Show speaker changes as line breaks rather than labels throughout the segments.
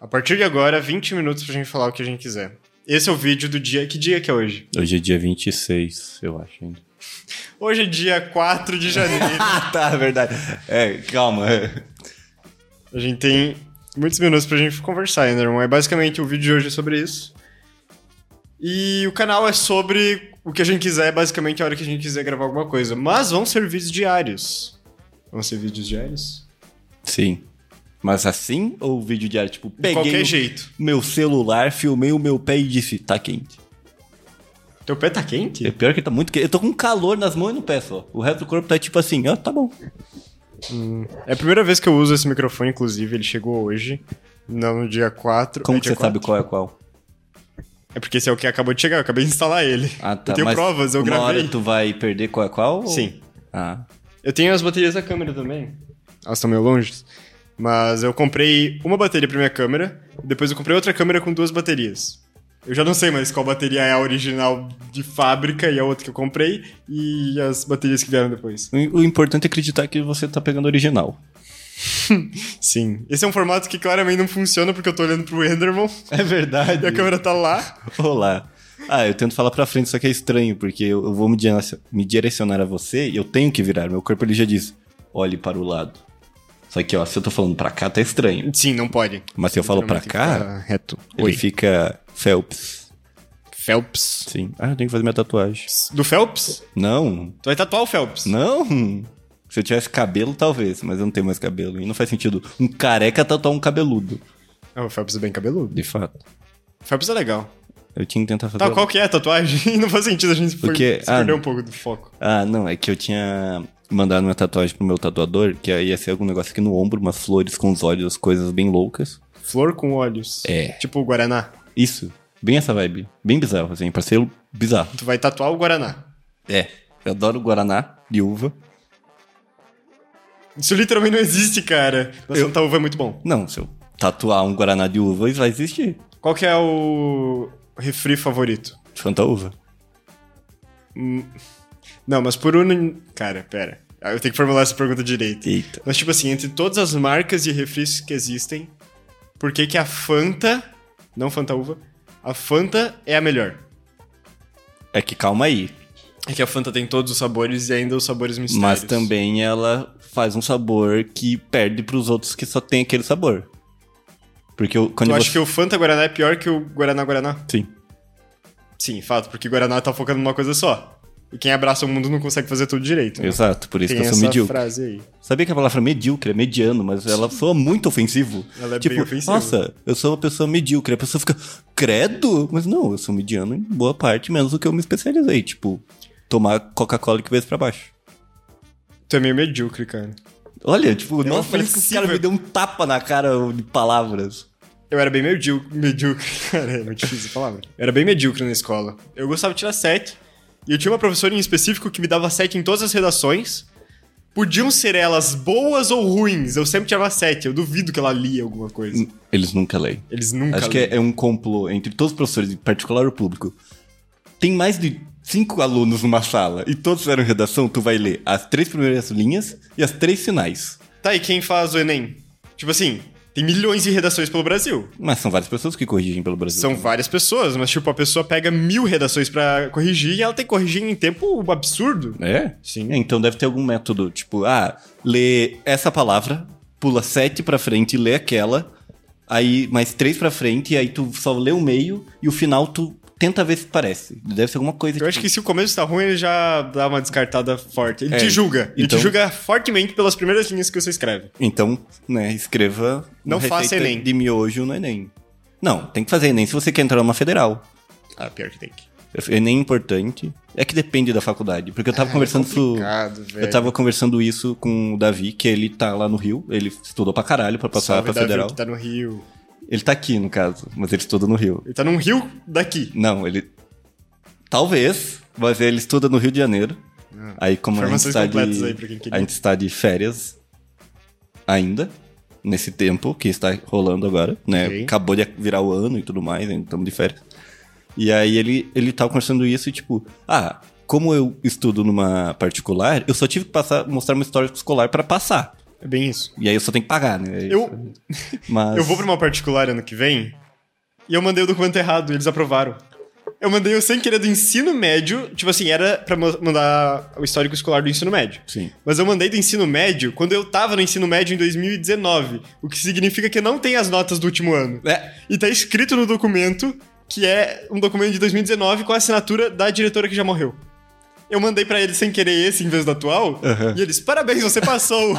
A partir de agora, 20 minutos pra gente falar o que a gente quiser. Esse é o vídeo do dia. Que dia que é hoje?
Hoje é dia 26, eu acho ainda.
Hoje é dia 4 de janeiro.
Ah, tá, verdade. É, calma.
a gente tem muitos minutos pra gente conversar ainda, irmão. É basicamente o vídeo de hoje é sobre isso. E o canal é sobre o que a gente quiser, É basicamente a hora que a gente quiser gravar alguma coisa. Mas vão ser vídeos diários. Vão ser vídeos diários?
Sim. Mas assim ou vídeo diário? Tipo,
De qualquer
peguei o
jeito.
meu celular, filmei o meu pé e disse, tá quente.
Teu pé tá quente?
É pior que tá muito quente. Eu tô com calor nas mãos e no pé só. O resto do corpo tá tipo assim, ah, tá bom.
É a primeira vez que eu uso esse microfone, inclusive, ele chegou hoje. Não no dia 4.
Como
é
que
dia
você sabe
4?
qual é qual?
É porque esse é o que acabou de chegar, eu acabei de instalar ele. Eu tenho
Ah, tá, mas
provas, eu
uma
gravei.
hora tu vai perder qual é qual? ou-
Sim.
Ah,
Eu tenho as baterias da câmera também. Elas estão meio longe. Mas eu comprei uma bateria pra minha câmera, e depois eu comprei outra câmera com duas baterias. Eu já não sei mais qual bateria é a original de fábrica e a outra que eu comprei, e as baterias que vieram depois.
O o importante é acreditar que você tá pegando o original.
Sim. Esse é um formato que claramente não funciona porque eu tô olhando pro Enderman
É verdade.
e a câmera tá lá.
Olá. Ah, eu tento falar pra frente, só que é estranho, porque eu, eu vou me, direc- me direcionar a você e eu tenho que virar. Meu corpo ele já diz, olhe para o lado. Só que, ó, se eu tô falando pra cá, tá estranho.
Sim, não pode.
Mas se eu falo pra
Geralmente
cá,
fica reto.
ele
Oi.
fica Phelps.
Phelps.
Sim. Ah, eu tenho que fazer minha tatuagem.
Do Phelps?
Não,
Tu vai tatuar o Phelps?
não. Se eu tivesse cabelo, talvez, mas eu não tenho mais cabelo. E não faz sentido um careca tatuar um cabeludo.
Ah, o Phelps é bem cabeludo.
De fato.
O Phelps é legal.
Eu tinha que tentar fazer.
Tá, qual que é a tatuagem? Não faz sentido a gente foi,
Porque-
se
ah,
perder um pouco do foco.
Ah, não, é que eu tinha mandado uma tatuagem pro meu tatuador, que aí ia ser algum negócio aqui no ombro, umas flores com os olhos, coisas bem loucas.
Flor com olhos.
É.
Tipo o Guaraná.
Isso, bem essa vibe. Bem bizarro, assim, pra ser bizarro.
Tu vai tatuar o Guaraná.
É, eu adoro Guaraná de uva.
Isso literalmente não existe, cara. Nossa, eu... uva é muito bom.
Não, se eu tatuar um Guaraná de uva, isso vai existir.
Qual que é o refri favorito?
Fanta uva.
Não, mas por um... Cara, pera. Ah, Eu tenho que formular essa pergunta direito.
Eita.
Mas tipo assim, entre todas as marcas de refris que existem, por que que a Fanta... Não Fanta Uva. A Fanta é a melhor.
É que calma aí.
É que a Fanta tem todos os sabores e ainda os sabores mistérios.
Mas também ela faz um sabor que perde pros outros que só tem aquele sabor. Porque eu, quando
Tu
você...
acha que o Fanta Guaraná é pior que o Guaraná Guaraná?
Sim.
Sim, fato, porque Guaraná tá focando numa coisa só. E quem abraça o mundo não consegue fazer tudo direito. né?
Exato, por isso
Tem
que eu
essa
sou medíocre.
frase aí.
Sabia que a palavra medíocre é mediano, mas ela soa muito ofensivo.
Ela é
tipo,
bem ofensiva.
nossa, eu sou uma pessoa medíocre. A pessoa fica, credo? Mas não, eu sou mediano em boa parte, menos do que eu me especializei. Tipo, tomar Coca-Cola que vez pra baixo.
Tu é meio medíocre, cara.
Olha, tipo, nossa, parece que
ofensivo,
o cara
é-
me deu um tapa na cara de palavras.
Eu era bem medíocre, medíocre, cara, é muito difícil a palavra. Eu era bem medíocre na escola. Eu gostava de tirar 7, e eu tinha uma professora em específico que me dava 7 em todas as redações. Podiam ser elas boas ou ruins, eu sempre tirava 7, eu duvido que ela lia alguma coisa.
Eles nunca leem.
Eles nunca
Hum, Acho que
liam.
é, é um complô entre todos os professores, em particular o público. Tem mais de cinco alunos numa sala e todos fizeram redação, tu vai ler as três primeiras linhas e as três finais.
Tá, e quem faz o Enem? Tipo assim, tem milhões de redações pelo Brasil.
Mas são várias pessoas que corrigem pelo Brasil.
São várias pessoas, mas tipo, a pessoa pega mil redações pra corrigir e ela tem que corrigir em tempo absurdo.
É?
Sim.
É, então deve ter algum método, tipo, ah, lê essa palavra, pula sete pra frente e lê aquela, aí mais três pra frente, e aí tu só lê o meio e o final tu tenta ver se parece. Deve ser alguma coisa tipo
Eu acho que se o começo tá ruim, ele já dá uma descartada forte. Ele
É,
te julga. Ele
então-
te julga fortemente pelas primeiras linhas que você escreve.
Então, né, escreva uma
Não faça
receita
Enem.
de miojo no Enem. Não, tem que fazer Enem se você quer entrar numa federal.
Ah, pior que tem que.
Enem é importante. É que depende da faculdade, porque eu tava conversando isso.
É, complicado, velho.
Eu tava conversando isso com o Davi, que ele tá lá no Rio, ele estudou pra caralho pra passar
Salve,
pra
Davi,
federal.
que tá no Rio.
Ele tá aqui, no caso, mas ele estuda no Rio.
Ele tá num rio daqui.
Não, ele. Talvez, mas ele estuda no Rio de Janeiro. aí, como a gente,
É. Informações
está
completas
de,
aí pra quem queria.
a gente está de férias ainda, nesse tempo que está rolando agora, né?
Ok.
Acabou de virar o ano e tudo mais, ainda estamos de férias. E aí ele, ele tava conversando isso e tipo, ah, como eu estudo numa particular, eu só tive que passar, mostrar meu histórico escolar pra passar.
É bem isso.
E aí eu só tenho que pagar, né? É isso.
Eu,
Mas...
eu vou pra uma particular ano que vem e eu mandei o documento errado e eles aprovaram. Eu mandei o sem querer do ensino médio, tipo assim, era pra mo- mandar o histórico escolar do ensino médio.
Sim.
Mas eu mandei do ensino médio quando eu tava no ensino médio em 2019, o que significa que não tem as notas do último ano.
É,
E tá escrito no documento que é um documento de 2019 com a assinatura da diretora que já morreu. Eu mandei pra eles sem querer esse em vez do atual,
Aham.
e eles, parabéns, você passou!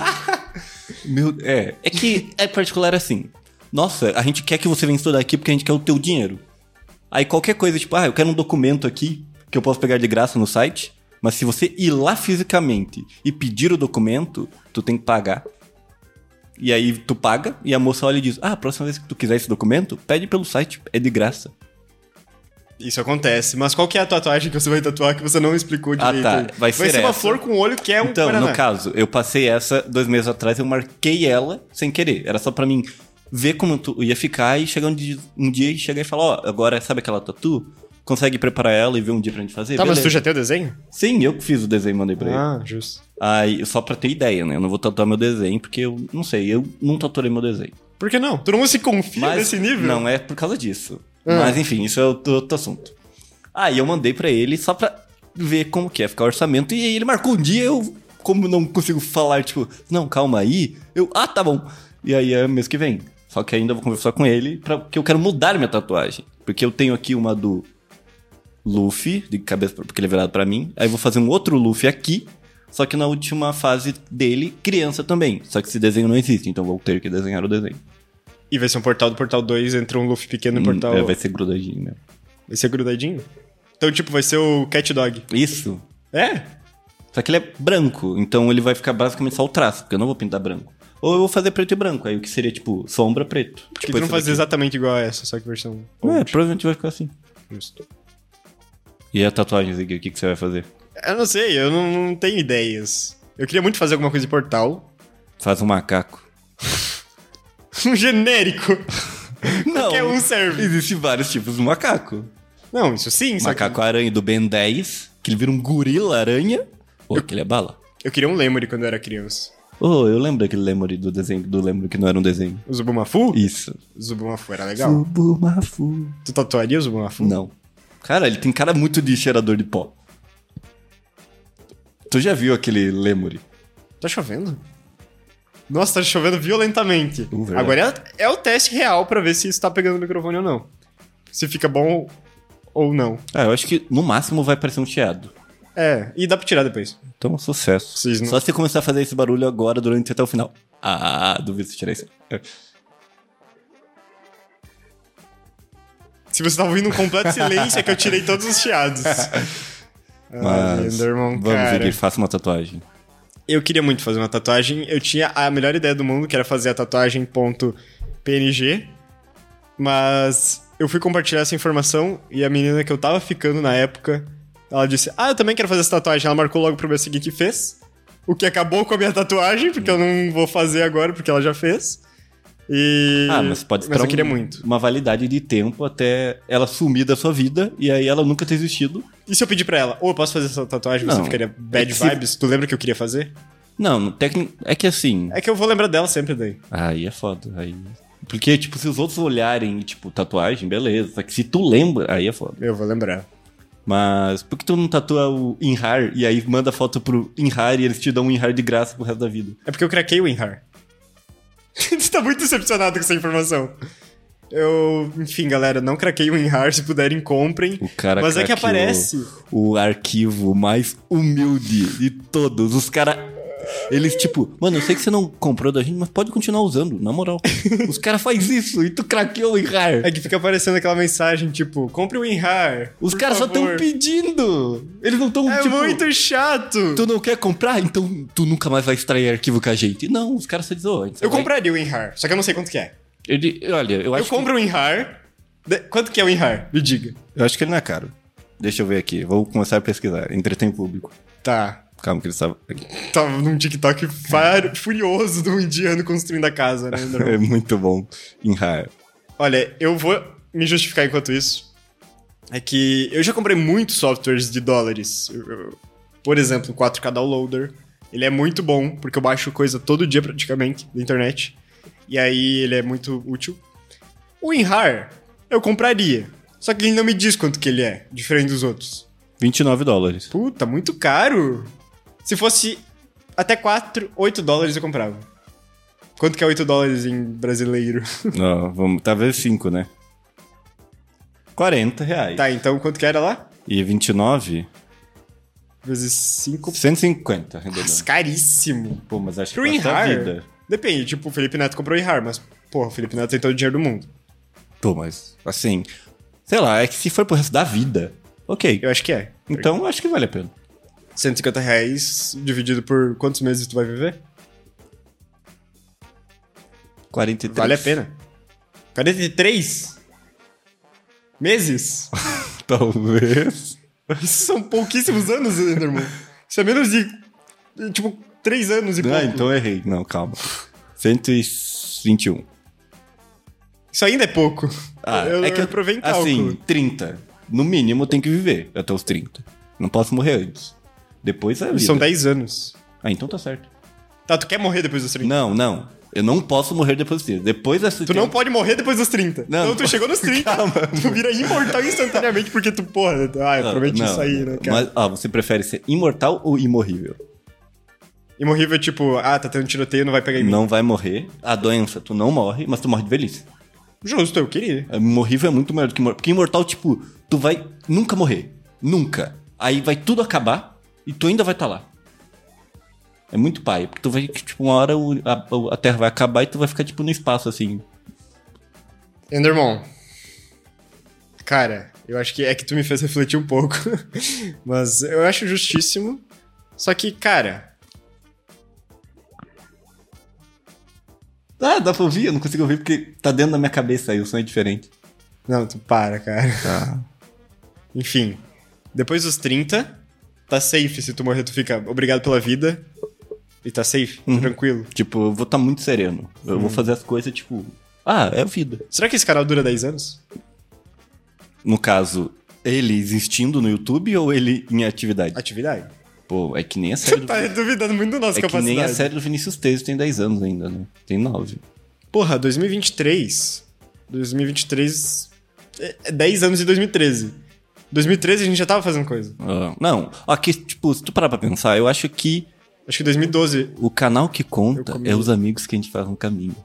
meu, é, é que é particular assim. Nossa, a gente quer que você venha estudar aqui porque a gente quer o teu dinheiro. Aí qualquer coisa, tipo, ah, eu quero um documento aqui que eu posso pegar de graça no site, mas se você ir lá fisicamente e pedir o documento, tu tem que pagar. E aí tu paga e a moça olha e diz: "Ah, a próxima vez que tu quiser esse documento, pede pelo site, é de graça".
Isso acontece, mas qual que é a tatuagem que você vai tatuar que você não explicou
Ah,
direito?
tá.
aí?
Vai ser
uma
essa.
flor com olho que é um
Então,
Paraná.
no caso, eu passei essa dois meses atrás, eu marquei ela sem querer. Era só pra mim ver como tu ia ficar e chegar um dia, um dia e chegar e falar, ó, agora sabe aquela tatu? Consegue preparar ela e ver um dia pra gente fazer?
Tá, mas
Beleza.
tu já tem o desenho?
Sim, eu que fiz o desenho e mandei pra ele.
Ah, justo.
Aí, só pra ter ideia, né? Eu não vou tatuar meu desenho, porque eu não sei, eu não tatuei meu desenho.
Por que não? Tu não se confia nesse nível?
Não é por causa disso.
Ah.
Mas enfim, isso é outro, outro assunto. Aí eu mandei pra ele só pra ver como que ia ficar o orçamento. E aí ele marcou um dia, eu, como não consigo falar, tipo, não, calma aí, eu, ah, tá bom. E aí é mês que vem. Só que ainda vou conversar com ele, pra, porque eu quero mudar minha tatuagem. Porque eu tenho aqui uma do Luffy, de cabeça, pra- porque ele é virado pra mim. Aí eu vou fazer um outro Luffy aqui, só que na última fase dele, criança também. Só que esse desenho não existe, então vou ter que desenhar o desenho.
E vai ser um portal do Portal 2 entre um Luffy pequeno e um portal...
É, vai
vai...
ser grudadinho mesmo.
ser grudadinho? Então, tipo, vai ser o Cat Dog.
Isso.
É?
Só que ele é branco, então ele vai ficar basicamente só o traço, porque eu não vou pintar branco. Ou eu vou fazer preto e branco, aí o que seria tipo sombra preto.
Por que
Tipo
tu não
esse
faz
daqui.
exatamente igual a essa, só que versão...
É, provavelmente vai ficar assim.
Justo.
E a tatuagem, Zig, o que, que você vai fazer?
Eu não sei, eu não, não tenho ideias. Eu queria muito fazer alguma coisa de portal.
Faz um macaco.
um genérico.
Não.
Qualquer um serve.
Existem vários tipos de macaco.
Não, isso sim, só que-
Macaco-aranha do Ben 10, que ele vira um gorila-aranha. Pô, aquele é bala.
Eu queria um Lemur quando eu era criança.
Ô, eu lembro daquele Lemuri do desenho, do Lemuri que não era um desenho.
O Zubumafu?
Isso.
Zubumafu era legal.
Subumafu.
Tu tatuaria o Zubumafu?
Não. Cara, ele tem cara muito de cheirador de pó. Tu já viu aquele lemuri?
Tá chovendo? Nossa, tá chovendo violentamente.
Uh, verdade.
Agora é, é o teste real pra ver se isso tá pegando o microfone ou não. Se fica bom ou não.
Ah, eu acho que no máximo vai parecer um chiado.
É, e dá pra tirar depois.
Então, sucesso.
Vocês não-
Só se você começar a fazer esse barulho agora durante até o final. Ah, duvido se tirar isso.
Se você tá ouvindo um completo silêncio, é que eu tirei todos os chiados. Ah,
Mas
Enderman,
vamos
cara.
seguir, faça uma tatuagem.
Eu queria muito fazer uma tatuagem. Eu tinha a melhor ideia do mundo, que era fazer a tatuagem ponto .png, mas eu fui compartilhar essa informação e a menina que eu tava ficando na época, ela disse: "Ah, eu também quero fazer essa tatuagem". Ela marcou logo pro mês seguinte e fez. O que acabou com a minha tatuagem, porque eu não vou fazer agora, porque ela já fez. E
Ah, mas pode
Mas
esperar
eu queria
um-
muito.
uma validade de tempo até ela sumir da sua vida e aí ela nunca ter existido.
E se eu pedir pra ela: "Ô, eu posso fazer essa tatuagem?" Você
Não.
ficaria bad
É que se-
vibes? Tu lembra que eu queria fazer?
Não, técnico é que assim...
É que eu vou lembrar dela sempre daí.
Aí é foda, aí... Porque, tipo, se os outros olharem, tipo, tatuagem, beleza. Só que se tu lembra, aí é foda.
Eu vou lembrar.
Mas por que tu não tatua o Inhar e aí manda foto pro Inhar e eles te dão um Inhar de graça pro resto da vida?
É porque eu craquei o WinRAR. Você tá muito decepcionado com essa informação. Eu, enfim, galera, não craquei o WinRAR, se puderem, comprem.
O cara
Mas é que
craqueou
aparece.
O arquivo mais humilde de todos. Os caras. Eles, tipo, mano, eu sei que você não comprou da gente, mas pode continuar usando, na moral. Os caras faz isso e tu craqueou o Inhar.
É que fica aparecendo aquela mensagem, tipo, compre o WinRAR.
Os
por
caras só
favor.
estão pedindo. Eles não estão,
É
tipo.
muito chato.
Tu não quer comprar? Então tu nunca mais vai extrair arquivo com a gente. Não, os caras só dizem, "Ô, a gente só
Eu
vai-"
compraria o WinRAR, só que eu não sei quanto que é.
Ele, olha, eu
Eu
acho que-
compro o WinRAR. De- Quanto que é o WinRAR? Me diga.
Eu acho que ele não é caro. Deixa eu ver aqui. Vou começar a pesquisar. Entretém público.
Tá.
Calma que ele estava aqui.
Tava num TikTok far- furioso de um indiano construindo a casa, né? Andrão?
É muito bom. Inhar.
Olha, eu vou me justificar enquanto isso. É que eu já comprei muitos softwares de dólares. Eu- eu- por exemplo, 4K Downloader, Ele é muito bom, porque eu baixo coisa todo dia praticamente da internet. E aí ele é muito útil. O WinRAR eu compraria. Só que ele não me diz quanto que ele é, diferente dos outros.
29 dólares.
Puta, muito caro. Se fosse até 4, 8 dólares eu comprava. Quanto que é 8 dólares em brasileiro?
Não, vamos, talvez 5, né? 40 reais.
tá, então quanto que era lá?
E 29,
Vezes 5.
150, arredondando.
Caríssimo.
Pô, mas acho que
Pro
custa a
Inhar.
vida.
Depende, tipo, o Felipe Neto comprou Inhar, mas, porra, o Felipe Neto tem todo o dinheiro do mundo.
Pô, mas assim, sei lá, é que se for pro resto da vida, ok.
Eu acho que é.
Então acho que vale a pena.
150 reais dividido por quantos meses tu vai viver?
43.
Vale a pena. 43 meses?
Talvez.
Isso são pouquíssimos anos, Enderman. Isso é menos de, tipo, 3 anos e
Ah,
pouco.
então eu errei. Não, calma. 121.
Isso ainda é pouco.
Ah,
eu,
é que
eu provei em cálculo.
Assim, 30. No mínimo eu tenho que viver até os 30. Não posso morrer antes. Depois é a vida.
São 10 anos.
Ah, então tá certo.
Tá, tu quer morrer depois dos 30?
Não, não. Eu não posso morrer depois dos 30. Depois dessa...
Tu não pode morrer depois dos 30.
Não,
então
não.
tu chegou nos 30,
Calma.
tu vira imortal instantaneamente porque tu, porra, ah, eu prometi
Não,
isso aí, né,
não.
cara?
Mas, ah, você prefere ser imortal ou imorrível?
Imorrível é tipo, ah, tá tendo tiroteio, não vai pegar em mim.
Não vai morrer. A doença, tu não morre, mas tu morre de velhice.
Justo, eu queria.
Imorrível é muito melhor do que imortal. Porque imortal, tipo, tu vai nunca morrer. Nunca. Aí vai tudo acabar e tu ainda vai estar lá. É muito pai. Porque tu vai, tipo, uma hora o- a, a Terra vai acabar e tu vai ficar, tipo, no espaço, assim.
Endermon. Cara, eu acho que é que tu me fez refletir um pouco. Mas eu acho justíssimo. Só que, cara,
Ah, dá pra ouvir? Eu não consigo ouvir porque tá dentro da minha cabeça aí, o som é diferente.
não, tu para, cara.
Tá.
Enfim, depois dos 30, tá safe se tu morrer, tu fica obrigado pela vida. E tá safe, tranquilo.
Tipo, eu vou estar muito sereno. Eu vou fazer as coisas, tipo... Ah, é a vida.
Será que esse canal dura 10 anos?
No caso, ele existindo no YouTube ou ele em atividade?
Atividade.
Pô, é que nem a série do...
Tá duvidando muito da nossa
É que
capacidade.
nem a série do Vinícius Tejo tem 10 anos ainda, né? Tem 9.
Porra, 2023. 2023. é- é 10 anos de 2013. 2013 a gente já tava fazendo coisa.
Ah, não, aqui, tipo, se tu parar pra pensar, eu acho que
Acho que 2012.
o canal que
Eu
conta
comi.
é os amigos que a gente faz no caminho.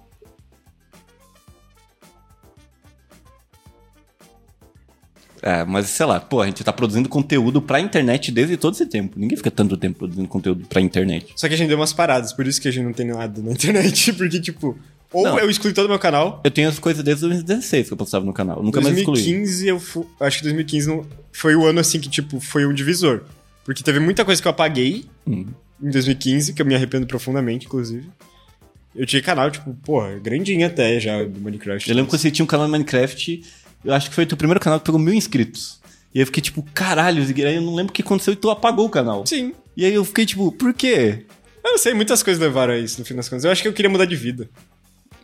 É, mas sei lá, pô, a gente tá produzindo conteúdo pra internet desde todo esse tempo. Ninguém fica tanto tempo produzindo conteúdo pra internet.
Só que a gente deu umas paradas, por isso que a gente não tem nada na internet. Porque, tipo, ou
Não.
eu excluí todo o meu canal.
Eu tenho as coisas desde 2016 que eu postava no canal. Nunca mais excluí.
2015 eu fu- acho que 2015 não- foi o ano assim que tipo foi um divisor, porque teve muita coisa que eu apaguei
Hum.
em 2015 que eu me arrependo profundamente, inclusive. Eu tinha canal tipo, porra, grandinho até já do Minecraft.
Eu lembro que você tinha um canal de Minecraft, eu acho que foi o teu primeiro canal que pegou mil inscritos. E aí eu fiquei tipo, caralho, Zigueira, eu não lembro o que aconteceu e tu apagou o canal.
Sim.
E aí eu fiquei tipo, por quê?
Eu não sei, muitas coisas levaram a isso no fim das contas. Eu acho que eu queria mudar de vida.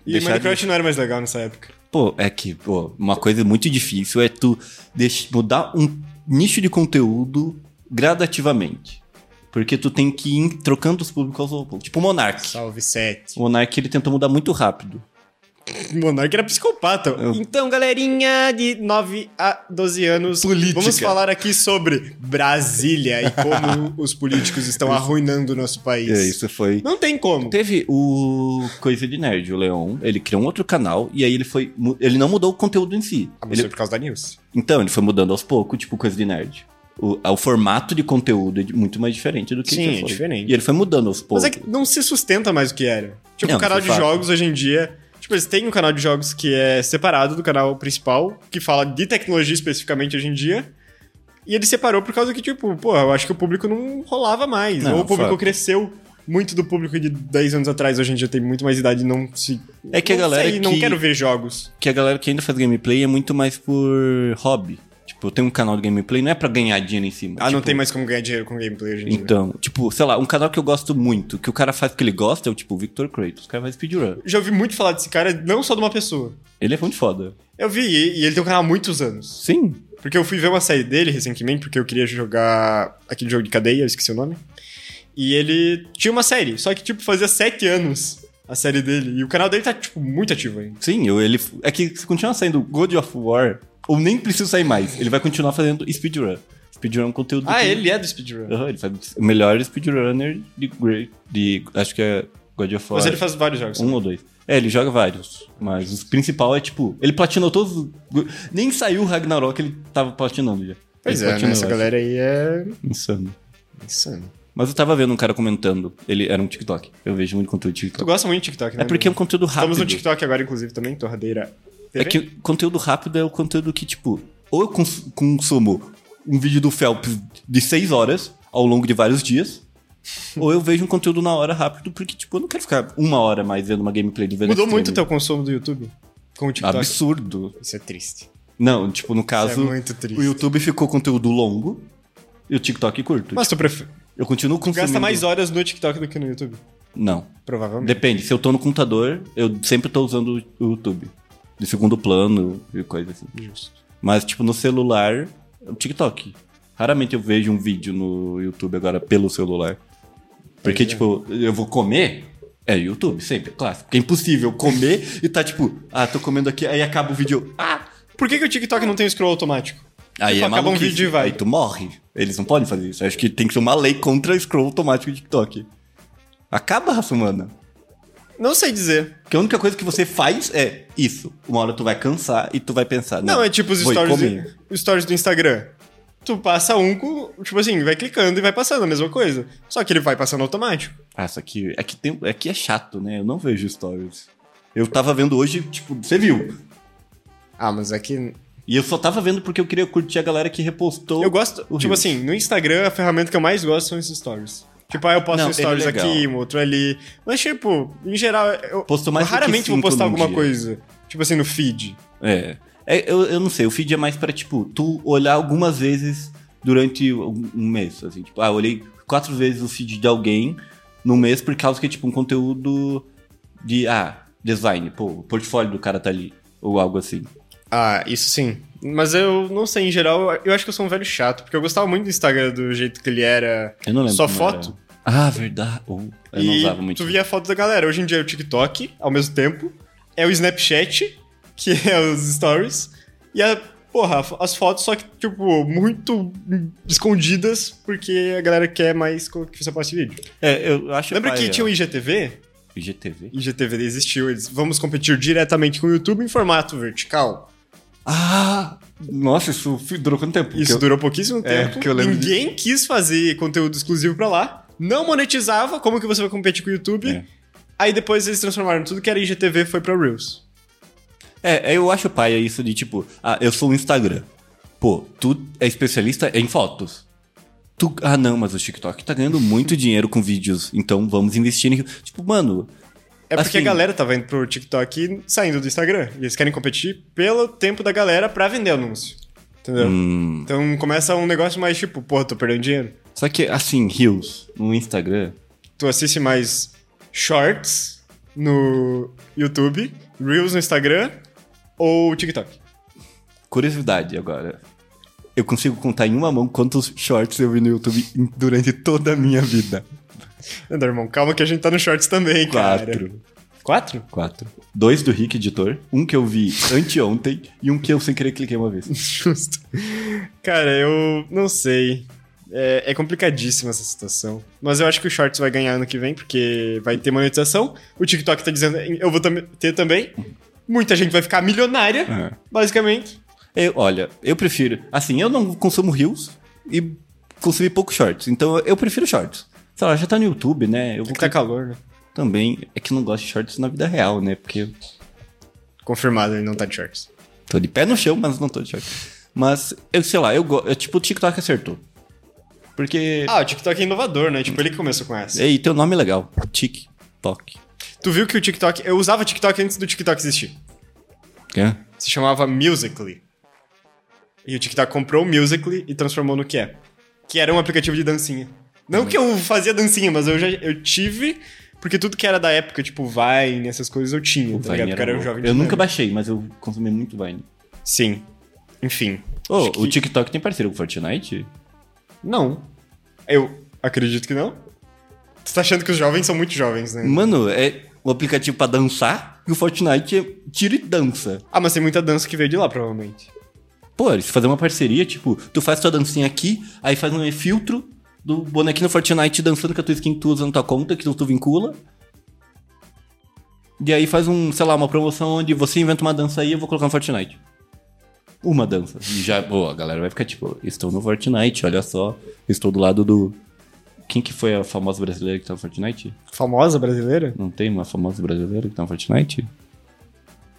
E
Deixar
Minecraft não era mais legal nessa época.
Pô, é que, pô, uma coisa muito difícil é tu deix- mudar um nicho de conteúdo gradativamente. Porque tu tem que ir trocando os públicos aos poucos. Tipo o Monark.
Salve 7.
O Monark ele tentou mudar muito rápido.
Monark era psicopata.
Eu-
Então, galerinha de 9 a 12 anos,
Política.
vamos falar aqui sobre Brasília e como os políticos estão arruinando o nosso país.
É, isso foi.
Não tem como.
Teve o Coisa de Nerd, o Leon, ele criou um outro canal e aí ele foi. mu- Ele não mudou o conteúdo em si.
A não
Ele
ser por causa da news.
Então, ele foi mudando aos poucos, tipo coisa de nerd. O, o formato de conteúdo é de- muito mais diferente do que
Sim,
já
é
foi.
diferente.
E ele foi mudando aos poucos.
Mas é que não se sustenta mais o que era. Tipo,
Não,
o canal
isso
de
é fato.
jogos hoje em dia. Tipo, eles têm um canal de jogos que é separado do canal principal, que fala de tecnologia especificamente hoje em dia. E ele separou por causa que, tipo, pô, eu acho que o público não rolava mais.
Não,
ou o público
fato.
cresceu muito do público de 10 anos atrás, hoje em dia tem muito mais idade e não se.
É que a
não
galera
sei, não
que-
quero ver jogos.
Que a galera que ainda faz gameplay é muito mais por hobby. Tipo, eu tenho um canal de gameplay, não é pra ganhar dinheiro em cima.
Ah, não
Tipo,
tem mais como ganhar dinheiro com gameplay hoje em dia.
Então, tipo, sei lá, um canal que eu gosto muito, que o cara faz o que ele gosta, é o tipo Victor Kratos. O cara faz speedrun.
Já ouvi muito falar desse cara, não só de uma pessoa.
Ele é muito foda.
Eu vi, e e ele tem um canal há muitos anos.
Sim.
Porque eu fui ver uma série dele recentemente, porque eu queria jogar aquele jogo de cadeia, eu esqueci o nome. E ele tinha uma série, só que, tipo, fazia sete anos a série dele. E o canal dele tá, tipo, muito ativo ainda.
Sim, eu, ele. É que se continuar saindo God of War, ou nem precisa sair mais, ele vai continuar fazendo speedrun. Speedrun é um conteúdo.
Ah,
que-
ele é do speedrun.
Aham, ele faz o melhor speedrunner de, Great- de. Acho que é God of War.
Mas ele faz vários jogos.
Um ou dois. É, ele joga vários. Mas o principal é tipo. Ele platinou todos. os- Nem saiu o Ragnarok, ele tava platinando já.
Pois
Ele
é, né?
platinou,
Essa
acho.
galera aí é
Insano.
insano.
Mas eu tava vendo um cara comentando. Ele era um TikTok. Eu vejo muito conteúdo de
Tu
TikTok.
gosta muito de TikTok, né?
É porque é um conteúdo rápido.
Estamos no TikTok agora, inclusive, também, Torradeira.
É que o conteúdo rápido é o conteúdo que, tipo, ou eu cons- consumo um vídeo do Phelps de seis horas ao longo de vários dias, ou eu vejo um conteúdo na hora rápido, porque, tipo, eu não quero ficar uma hora mais vendo uma gameplay do
Mudou
Venezuela.
muito o teu consumo do YouTube com o TikTok.
Absurdo.
Isso é triste.
Não, tipo, no caso,
é muito triste.
o YouTube ficou conteúdo longo e o TikTok curto.
Mas tu prefere...
eu continuo consumindo.
gasta mais um. horas no TikTok do que no YouTube?
Não.
Provavelmente.
Depende. Se eu tô no computador, eu sempre tô usando o YouTube. De segundo plano e coisa assim.
Justo.
Mas, tipo, no celular, o TikTok. Raramente eu vejo um vídeo no YouTube agora pelo celular.
é.
Porque, tipo, eu vou comer. É YouTube, sempre, clássico. Porque é impossível comer e tá tipo, ah, tô comendo aqui, aí acaba o vídeo. Ah!
Por que, que o TikTok não tem o scroll automático?
Aí
Tipo,
é
acaba um
maluquice.
vídeo e vai.
Aí tu morre. Eles não podem fazer isso. Acho que tem que ser uma lei contra o scroll automático do TikTok. Acaba, raça humana.
Não sei dizer.
Porque a única coisa que você faz é isso. Uma hora tu vai cansar e tu vai pensar. Não,
Não, é tipo os
vou ir
stories,
comer.
do, os stories do Instagram. Tu passa um, com- tipo assim, vai clicando e vai passando a mesma coisa. Só que ele vai passando automático.
Ah, isso aqui é que, tem, é que é chato, né? Eu não vejo stories. Eu tava vendo hoje, tipo, você viu.
Ah, mas aqui.
E eu só tava vendo porque eu queria curtir a galera que repostou.
Eu gosto.
o
tipo
Reels.
assim, no Instagram, a ferramenta que eu mais gosto são esses stories. Tipo, ah, eu posto
Não,
um stories
ele é legal.
aqui, um outro ali. Mas, tipo, em geral, eu,
Posto mais
eu
do que
raramente vou
cinco
postar
num
alguma
dia.
coisa. Tipo assim, no feed.
É. É, eu, eu não sei, o feed é mais pra, tipo, tu olhar algumas vezes durante um um mês, assim. Tipo, ah, eu olhei quatro vezes o feed de alguém no mês por causa que é, tipo, um conteúdo de, ah, design, pô, o portfólio do cara tá ali, ou algo assim.
Ah, isso sim. Mas eu não sei, em geral, eu acho que eu sou um velho chato, porque eu gostava muito do Instagram do jeito que ele era.
Eu não lembro.
Só
como
foto?
era. Ah, verdade. Oh, eu não
e
usava muito.
tu via a foto da galera. Hoje em dia é o TikTok, ao mesmo tempo. É o Snapchat, que é os stories. E a, porra, as fotos, só que, tipo, muito escondidas, porque a galera quer mais que você poste vídeo.
É, eu acho
Lembra
ah,
que
é,
tinha um o IGTV?
IGTV?
IGTV existiu, eles vamos competir diretamente com o YouTube em formato vertical.
Ah! Nossa, isso fi- durou quanto tempo?
Isso
Porque
durou pouquíssimo
É,
tempo.
porque eu lembro
Ninguém quis fazer conteúdo exclusivo pra lá. Não monetizava, como que você vai competir com o YouTube?
É.
Aí depois eles transformaram tudo que era IGTV foi pra Reels.
É, é, eu acho paia isso de tipo, ah, eu sou o Instagram. Pô, tu é especialista em fotos. Tu, ah, não, mas o TikTok tá ganhando muito dinheiro com vídeos, então vamos investir em. Tipo, mano,
É porque
Assim-
a galera tava indo pro TikTok e saindo do Instagram. E eles querem competir pelo tempo da galera pra vender anúncio. Entendeu?
Hum.
Então começa um negócio mais tipo, porra, tô perdendo dinheiro.
só que assim, Reels no Instagram.
Tu assiste mais shorts no YouTube, Reels no Instagram ou TikTok?
Curiosidade agora. Eu consigo contar em uma mão quantos shorts eu vi no YouTube em- durante toda a minha vida.
Não, irmão, calma que a gente tá no shorts também, cara.
Quatro.
Quatro?
Quatro. Dois do Rick Editor, um que eu vi anteontem e um que eu sem querer cliquei uma vez.
Justo. Cara, eu não sei. É, é complicadíssima essa situação. Mas eu acho que o Shorts vai ganhar ano que vem, porque vai ter monetização. O TikTok tá dizendo, eu vou tam- ter também. Muita gente vai ficar milionária,
É.
basicamente.
Eu- olha, eu prefiro. Assim, eu não consumo reels e consumi poucos shorts. Então eu prefiro shorts. Sei lá, já tá no YouTube, né? Eu vou
Tá calor, né?
clicar também. É que eu não gosto de shorts na vida real, né? Porque eu
Confirmado, ele não tá de Shorts.
tô de pé no chão, mas não tô de shorts. Mas, eu sei lá, eu gosto. Tipo, o TikTok acertou. Porque.
Ah, o TikTok é inovador, né? Tipo, ele que começou com essa.
Ei, teu nome é legal. TikTok.
Tu viu que o TikTok... Eu usava TikTok antes do TikTok existir.
Quê?
Se chamava Musical.ly. E o TikTok comprou o Musical.ly e transformou no que é. Que era um aplicativo de dancinha. Não que eu fazia dancinha, mas eu já eu tive... Porque tudo que era da época, tipo Vine, essas coisas, eu tinha, tá ligado?
Vine
Porque
era
era um
bom.
jovem
eu nunca
dinâmico.
baixei, mas eu consumi muito Vine.
Sim. Enfim.
Oh,
Acho
o
que-
TikTok tem parceiro com o Fortnite?
Não. Eu acredito que não. Tu tá achando que os jovens são muito jovens, né?
Mano, é o aplicativo pra dançar e o Fortnite é tiro e dança.
Ah, mas tem muita dança que veio de lá, provavelmente.
Pô, eles fazer uma parceria, tipo, tu faz tua dancinha aqui, aí faz um filtro do bonequinho no Fortnite dançando com a tua skin que tu usa na tua conta, que tu, tu vincula. E aí faz um, sei lá, uma promoção onde você inventa uma dança aí e eu vou colocar no Fortnite. Uma dança. E já, pô, a galera vai ficar tipo, estou no Fortnite, olha só, estou do lado do. Quem que foi a famosa brasileira que tá no Fortnite?
Famosa brasileira?
Não tem uma famosa brasileira que tá no Fortnite?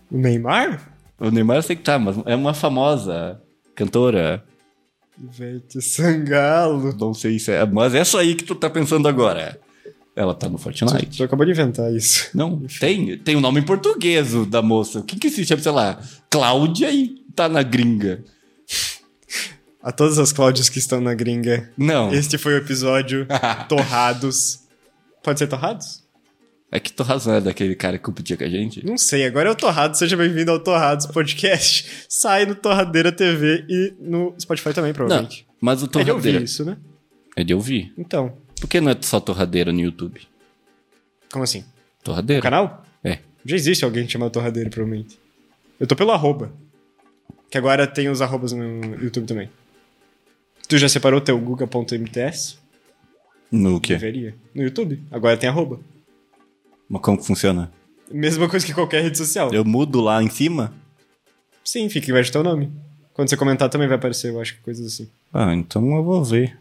O Neymar?
O Neymar eu sei que tá, mas é uma famosa cantora.
Ivete Sangalo.
Não sei se é. Mas essa aí que tu tá pensando agora. Ela tá
Tu,
no
tu
Fortnite.
acabou de inventar isso.
Não, tem. Tem o nome em português o da moça. O que que se chama, sei lá, Cláudia e tá na gringa.
A todas as Cláudias que estão na gringa,
Não.
este foi o episódio Torrados. Pode ser Torrados?
É que tô razão é daquele cara que competia com a gente.
Não sei, agora é o Torrados. Seja bem-vindo ao Torrados Podcast. Sai no Torradeira TV e no Spotify também,
Não,
provavelmente.
mas o
É de
torradeira.
ouvir isso, né?
É de ouvir.
Então,
Por que não é só torradeira no YouTube?
como assim? O
Torradeira.
canal?
É.
Já existe alguém chamado Torradeira, provavelmente. Eu tô pelo arroba. Que agora tem os arrobas no YouTube também. Tu já separou teu guga.mts?
No quê?
Deveria. No YouTube. Agora tem arroba.
Mas como que funciona?
Mesma coisa que qualquer rede social.
Eu mudo lá em cima?
Sim, fica embaixo do teu nome. Quando você comentar também vai aparecer, eu acho que coisas assim.
Ah, então eu vou ver.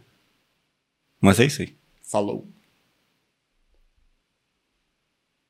Mas é isso aí.
Falou.